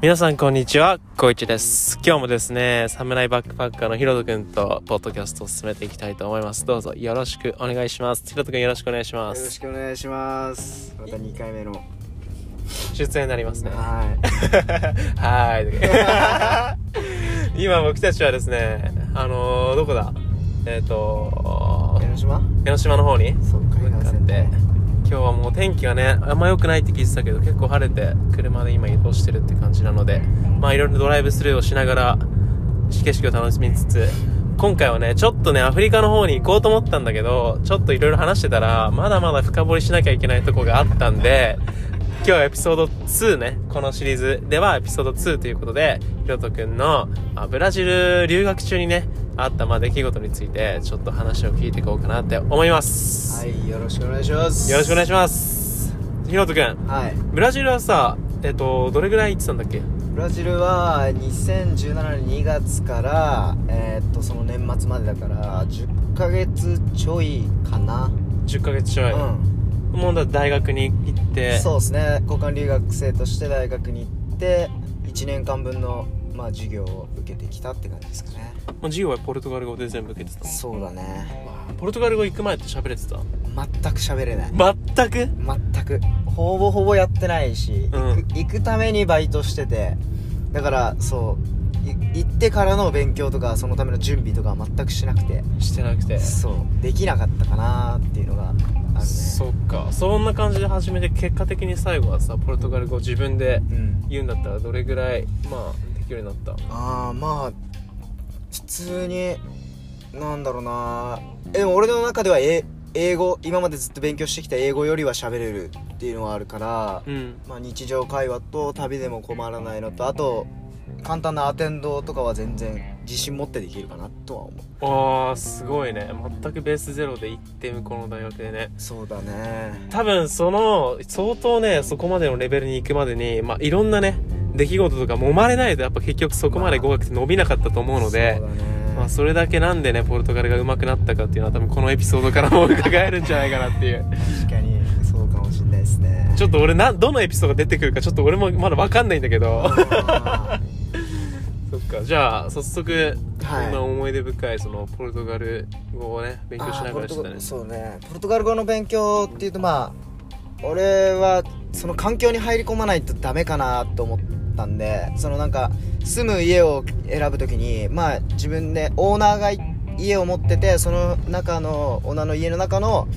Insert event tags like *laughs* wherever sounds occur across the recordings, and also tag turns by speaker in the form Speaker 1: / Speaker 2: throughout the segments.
Speaker 1: 皆さんこんにちは、こういちです。今日もですね、侍バックパッカーのヒロト君とポッドキャストを進めていきたいと思います。どうぞよろしくお願いします。ヒロト君よろしくお願いしま
Speaker 2: よろし
Speaker 1: す。
Speaker 2: くお願いしますまた2回目の
Speaker 1: 出演になります
Speaker 2: *laughs*
Speaker 1: ね。は
Speaker 2: は
Speaker 1: ーい。 *laughs* 今僕たちはですね、あのー、どこだえっ、と
Speaker 2: い江ノ島
Speaker 1: 江ノ島の方に
Speaker 2: そう
Speaker 1: 向
Speaker 2: 海岸
Speaker 1: かっ
Speaker 2: 線
Speaker 1: て
Speaker 2: で
Speaker 1: 今日はもう天気がねあんま良くないって聞いてたけど結構晴れて車で今移動してるって感じなのでまあいろいろドライブスルーをしながら景色を楽しみつつ今回はねちょっとねアフリカの方に行こうと思ったんだけどちょっといろいろ話してたらまだまだ深掘りしなきゃいけないとこがあったんで今日はエピソード2ねこのシリーズではエピソード2ということでひろとくんのあブラジル留学中にねあったまあ出来事についてちょっと話を聞いていこうかなって思います。
Speaker 2: はいよろしくお願いします
Speaker 1: よろしくお願い
Speaker 2: し
Speaker 1: します。ひろとくん、
Speaker 2: はい
Speaker 1: ブラジルはさ、えっと、どれぐらい行ってたんだっけ
Speaker 2: ブラジルは2017年2月からえーっとその年末までだから10ヶ月ちょいかな
Speaker 1: ?10 ヶ月ちょい。
Speaker 2: うん
Speaker 1: もうだ大学に行って、
Speaker 2: そうですね交換留学生として大学に行って1年間分のまあ授業を受けてきたって感じですかね
Speaker 1: もう授業はポルトガル語で全部受けてたの
Speaker 2: そうだね
Speaker 1: わあポルトガル語行く前って喋れてた
Speaker 2: 全く喋れない
Speaker 1: 全く
Speaker 2: 全くほぼほぼやってないし、
Speaker 1: うん
Speaker 2: 行く行くためにバイトしててだからそうい行ってからの勉強とかそのための準備とかは全くしなくて
Speaker 1: してなくて。
Speaker 2: そうできなかったかなっていうのがあるね
Speaker 1: そっか。そんな感じで始めて、結果的に最後はさ、ポルトガル語自分で
Speaker 2: うん
Speaker 1: 言うんだったらどれぐらい、まあ、できるようになった
Speaker 2: ああまあ普通になんだろうなえでも俺の中ではえ英語今までずっと勉強してきた英語よりは喋れるっていうのはあるから
Speaker 1: うん。
Speaker 2: まあ、日常会話と旅でも困らないのとあと簡単なアテンドとかは全然自信持ってできるかなとは思う
Speaker 1: ああ、すごいね。全くベースゼロで行って、向こうの大学でね。
Speaker 2: そうだね
Speaker 1: 多分その相当ねそこまでのレベルに行くまでに、まあ、いろんなね出来事とか揉まれないとやっぱ結局そこまで語学って伸びなかったと思うので、
Speaker 2: そうだね、
Speaker 1: まあ、それだけなんでねポルトガルが上手くなったかっていうのは多分このエピソードからも伺えるんじゃないかなっていう *laughs*
Speaker 2: 確かにそうかもしれないですね
Speaker 1: ちょっと俺などのエピソードが出てくるかちょっと俺もまだ分かんないんだけ
Speaker 2: *laughs*
Speaker 1: ど
Speaker 2: あ
Speaker 1: そっかじゃあ早速、
Speaker 2: ーはい
Speaker 1: 今思い出深いそのポルトガル語をね勉強しながらしてた
Speaker 2: あーポルトガ
Speaker 1: ね
Speaker 2: ルそうねポルトガル語の勉強っていうとまあ俺はその環境に入り込まないとダメかなと思ったんでそのなんか住む家を選ぶときにまあ自分でオーナーがい家を持っててその中のオーナーの家の中の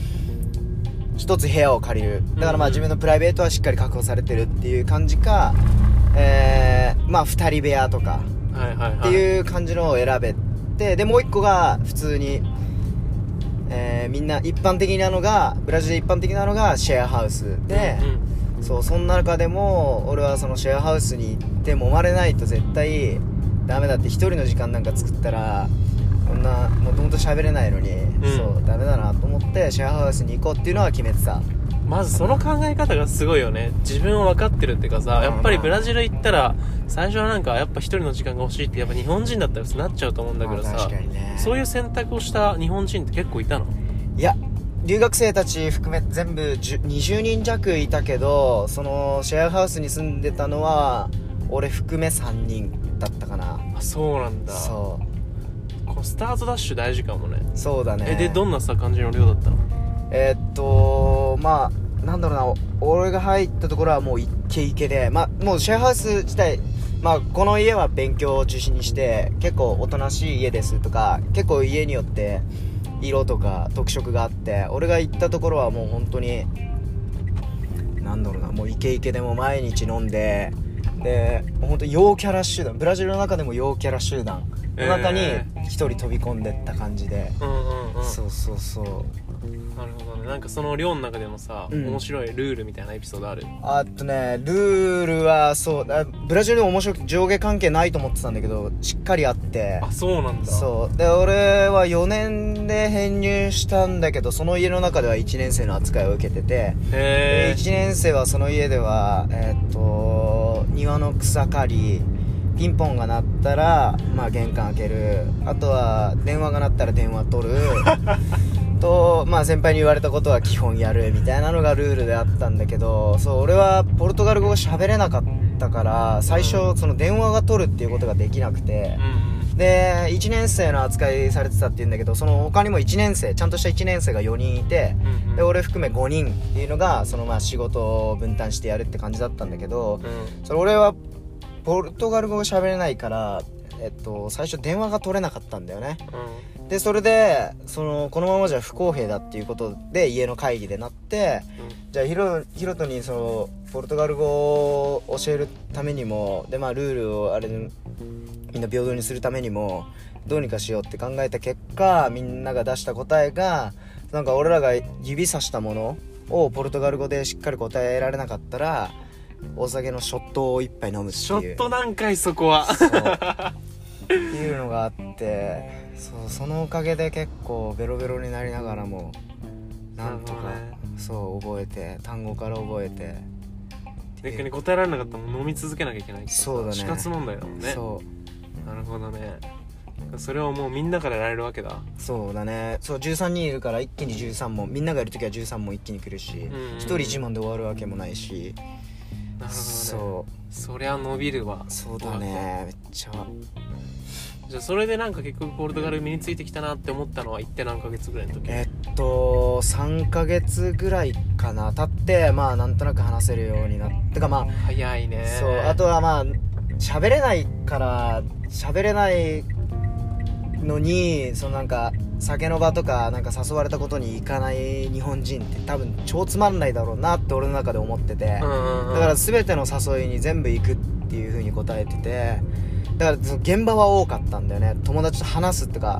Speaker 2: 一つ部屋を借りるだからまあ
Speaker 1: うんうん
Speaker 2: 自分のプライベートはしっかり確保されてるっていう感じかえー、まあ2人部屋とか
Speaker 1: はいはいはい
Speaker 2: っていう感じのを選べてでもう一個が普通に、えーみんな一般的なのがブラジル一般的なのがシェアハウスで、
Speaker 1: うん
Speaker 2: そうそんな中でも俺はそのシェアハウスに行って揉まれないと絶対ダメだって一人の時間なんか作ったらこんなもともと喋れないのに、
Speaker 1: ん
Speaker 2: そうダメだなと思ってシェアハウスに行こうっていうのは決めてた
Speaker 1: まずその考え方がすごいよね自分を分かってるっていうかさやっぱりブラジル行ったら最初はなんかやっぱ一人の時間が欲しいってやっぱ日本人だったらそうなっちゃうと思うんだけど
Speaker 2: まあ
Speaker 1: さ
Speaker 2: 確かにね
Speaker 1: そういう選択をした日本人って結構いたの
Speaker 2: いや留学生たち含め全部10 20人弱いたけどそのシェアハウスに住んでたのは俺含め3人だったかな
Speaker 1: あそうなんだ
Speaker 2: そ
Speaker 1: こうスタートダッシュ大事かもね
Speaker 2: うそうだね
Speaker 1: えでどんなさ感じの量だったの
Speaker 2: えーっとまあなんだろうなお俺が入ったところはもうイッケイケでまあもうシェアハウス自体まあこの家は勉強を中心にして結構おとなしい家ですとか結構家によって色とか特色があって俺が行ったところはもう本当になんだろうなもうイケイケでも毎日飲んでで本当陽キャラ集団ブラジルの中でも陽キャラ集団の中に
Speaker 1: え
Speaker 2: 一人飛び込んでった感じで、
Speaker 1: うんうんうん
Speaker 2: そうそうそう
Speaker 1: なるほどねなんかその量の中でもさ、
Speaker 2: うん
Speaker 1: 面白いルールみたいなエピソードある
Speaker 2: あとねルールはそうあブラジルでも面白くて上下関係ないと思ってたんだけどしっかりあって
Speaker 1: あそうなんだ
Speaker 2: そうで俺は4年で編入したんだけどその家の中では1年生の扱いを受けてて、
Speaker 1: へえ
Speaker 2: 1年生はその家ではえーっと庭の草刈りピンポンが鳴ったら、まあ、玄関開けるあとは電話が鳴ったら電話取ると、まあ、先輩に言われたことは基本やるみたいなのがルールであったんだけどそう俺はポルトガル語が喋れなかったから最初その電話が取るっていうことができなくて
Speaker 1: うんうん
Speaker 2: で1年生の扱いされてたっていうんだけどその他にも1年生ちゃんとした1年生が4人いて
Speaker 1: うん
Speaker 2: で俺含め5人っていうのがそのまあ仕事を分担してやるって感じだったんだけど
Speaker 1: うん
Speaker 2: それ俺はポルトガル語が喋れないから、えっと、最初電話が取れなかったんだよねでそれでそのこのままじゃ不公平だっていうことで家の会議でなってじゃあヒロヒロトにそのポルトガル語を教えるためにもでまあルールをあれみんな平等にするためにもどうにかしようって考えた結果みんなが出した答えがなんか俺らが指さしたものをポルトガル語でしっかり答えられなかったらお酒のショットを一杯飲むっていう
Speaker 1: ショットなんかいそこは
Speaker 2: そうっていうのがあってそうそのおかげで結構ベロベロになりながらもなんとか、
Speaker 1: *laughs* なるほどね
Speaker 2: そう覚えて単語から覚えて
Speaker 1: 逆に答えられなかったらもう飲み続けなきゃいけないからさ
Speaker 2: そうだね
Speaker 1: 死活問題だもんね
Speaker 2: そ
Speaker 1: なるほどねそれをもうみんなからやられるわけだ
Speaker 2: うそうだねそう13人いるから一気に13問みんながいる時は13問一気に来るし一、
Speaker 1: んうん
Speaker 2: 人1問で終わるわけもないし、
Speaker 1: なるほどね
Speaker 2: そう
Speaker 1: そりゃ伸びるわ
Speaker 2: そうだねめっちゃ
Speaker 1: じゃあそれでなんか結局ポルトガル身についてきたなって思ったのは行って何ヶ月ぐらいの時
Speaker 2: えっと3ヶ月ぐらいかな経ってまあなんとなく話せるようになってかまあ
Speaker 1: 早いね
Speaker 2: そうあとはまあ喋れないから喋れないのにそのなんか酒の場とかなんか誘われたことに行かない日本人って多分超つまんないだろうなって俺の中で思ってて、
Speaker 1: うんうんうん
Speaker 2: だから全ての誘いに全部行くっていう風に答えててだからその現場は多かったんだよね友達と話すとか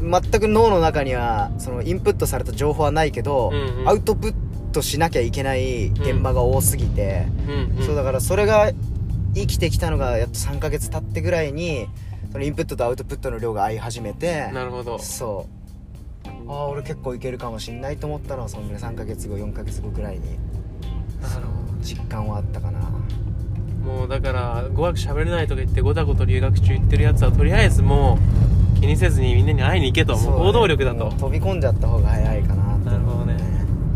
Speaker 2: 全く脳の中にはそのインプットされた情報はないけど、
Speaker 1: うんうん
Speaker 2: アウトプットしなきゃいけない現場が多すぎて、
Speaker 1: うんうん
Speaker 2: そうだからそれが生きてきたのがやっと3ヶ月経ってぐらいにそのインプットとアウトプットの量が合い始めて
Speaker 1: なるほど
Speaker 2: そうああ俺結構いけるかもしんないと思ったのはそんぐらい3ヶ月後4ヶ月後ぐらいに
Speaker 1: なるほど
Speaker 2: 実感はあったかな
Speaker 1: もうだから語学喋れないとか言ってごたごと留学中言ってるやつはとりあえずもう気にせずにみんなに会いに行けと
Speaker 2: そう
Speaker 1: もう行動力だと
Speaker 2: もう飛び込んじゃった方が早いかなって
Speaker 1: なるほどね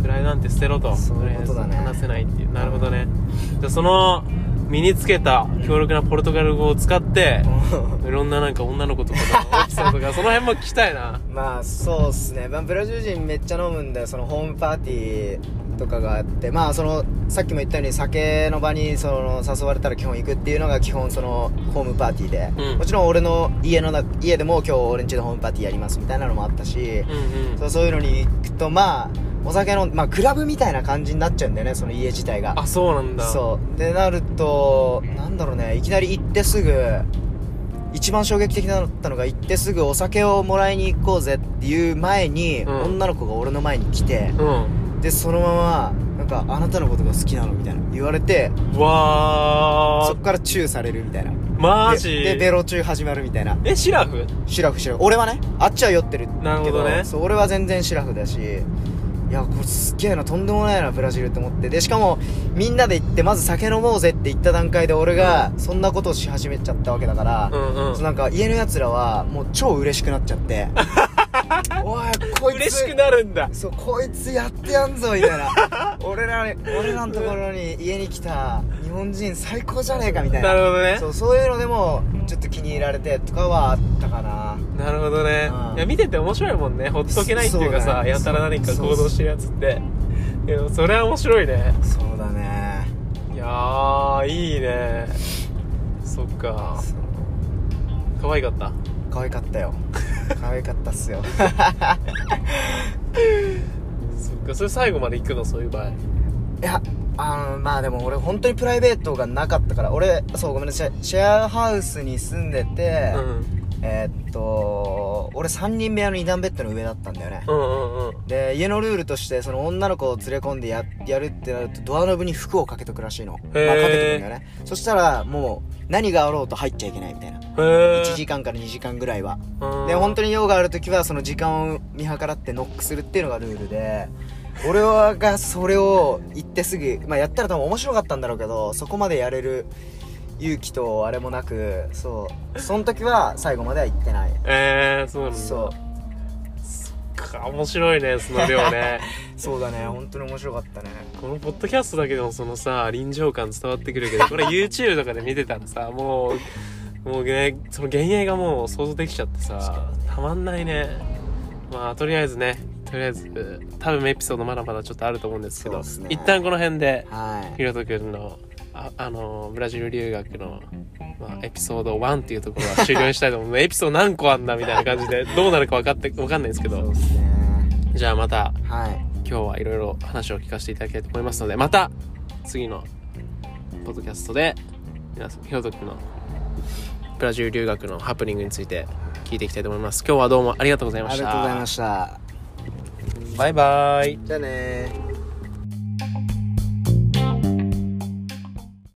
Speaker 1: フライなんて捨てろと
Speaker 2: そういうことだね
Speaker 1: とりあえず話せないっていうなるほどねじゃあその身につけた強力なポルトガル語を使って
Speaker 2: *laughs* うん
Speaker 1: いろんななんか女の子とかのエピソードとかその辺も聞きたいな
Speaker 2: まあそうっすね、まあ、ブラジル人めっちゃ飲むんだよそのホームパーティーとかがあってまあそのさっきも言ったように酒の場にその誘われたら基本行くっていうのが基本そのホームパーティーで、
Speaker 1: うん
Speaker 2: もちろん俺の家の中家でも今日俺んちでホームパーティーやりますみたいなのもあったし
Speaker 1: うん、うん
Speaker 2: そうそういうのに行くとまあお酒の、まあ、クラブみたいな感じになっちゃうんだよねその家自体が
Speaker 1: あそうなんだ
Speaker 2: そうでなるとなんだろうねいきなり行ってすぐ一番衝撃的だったのが行ってすぐお酒をもらいに行こうぜっていう前に、
Speaker 1: うん
Speaker 2: 女の子が俺の前に来て
Speaker 1: うん
Speaker 2: でそのままなんかあなたのことが好きなのみたいな言われて
Speaker 1: わ
Speaker 2: そ
Speaker 1: ー
Speaker 2: っからチューされるみたいな
Speaker 1: マジ
Speaker 2: ででベロチュー始まるみたいな
Speaker 1: えシラフ
Speaker 2: シラフシラフ俺はねあっちは酔ってるけど
Speaker 1: なるほどね
Speaker 2: そう俺は全然シラフだしいやこれすっげえなとんでもないなブラジルって思ってでしかもみんなで行ってまず酒飲もうぜって言った段階で俺がそんなことをし始めちゃったわけだから、
Speaker 1: うんうん
Speaker 2: そうなんか家のやつらはもう超嬉しくなっちゃって
Speaker 1: *laughs*
Speaker 2: おいこいつ
Speaker 1: 嬉しくなるんだ
Speaker 2: そうこいつやってやんぞみたいな
Speaker 1: *laughs*
Speaker 2: 俺らに俺らのところに家に来た日本人最高じゃねえかみたいな
Speaker 1: なるほどね
Speaker 2: そうそういうのでもちょっと気に入られてとかはあったかな
Speaker 1: なるほどね、
Speaker 2: うん
Speaker 1: いや見てて面白いもんねほっとけないっていうか
Speaker 2: そう
Speaker 1: さ
Speaker 2: だね
Speaker 1: やたら何か行動してるやつっていやそれは面白いね
Speaker 2: そうだね
Speaker 1: いやーいいねそっか可愛かった
Speaker 2: 可愛かっ
Speaker 1: *laughs*
Speaker 2: たよ可愛かったっすよ
Speaker 1: そっかそれ最後まで行くのそういう場合
Speaker 2: いやあのまあでも俺本当にプライベートがなかったから俺そうごめんなさいシェアハウスに住んでて、
Speaker 1: うん
Speaker 2: えーっと俺3人部屋の2段ベッドの上だったんだよね、
Speaker 1: うんうんうん
Speaker 2: で家のルールとしてその女の子を連れ込んでややるってなるとドアノブに服をかけとくらしいの、まあ、かけ
Speaker 1: へー
Speaker 2: とくんだよねそしたらもう何があろうと入っちゃいけないみたいな
Speaker 1: へえ
Speaker 2: 1時間から2時間ぐらいは
Speaker 1: 間
Speaker 2: で本当
Speaker 1: に
Speaker 2: に用がある時はその時間を見計らってノックするっていうのがルールで俺はがそれを言ってすぐ、まあ、やったら多分面白かったんだろうけどそこまでやれる勇気とあれもなくそうその時は最後までは行ってない
Speaker 1: えー、そうなんだ
Speaker 2: そ
Speaker 1: そっかか面白いねその量
Speaker 2: *laughs*
Speaker 1: ね
Speaker 2: そうだね本当に面白かったね
Speaker 1: このポッドキャストだけでもそのさ臨場感伝わってくるけどこれ YouTube とかで見てたらさもうもうねその幻影がもう想像できちゃってさたまんないねまあとりあえずねとりあえず多分エピソードまだまだちょっとあると思うんですけ
Speaker 2: そう
Speaker 1: ど
Speaker 2: っすね
Speaker 1: 一旦この辺で
Speaker 2: はい
Speaker 1: ひろとくんのああのブラジル留学の、まあ、エピソード1っていうところは終了したいと思う *laughs* エピソード何個あんだみたいな感じでどうなるか分かって分かんないですけ
Speaker 2: そう
Speaker 1: ど
Speaker 2: ですね
Speaker 1: じゃあまた
Speaker 2: はい
Speaker 1: 今日はいろいろ話を聞かせていただきたいと思いますのでまた次のポッドキャストで皆さんひろとくんのブラジル留学のハプニングについて聞いていきたいと思います今日はどうもありがとうございま
Speaker 2: あ
Speaker 1: し
Speaker 2: り
Speaker 1: た
Speaker 2: がとうございました
Speaker 1: バイバイ
Speaker 2: じゃあねー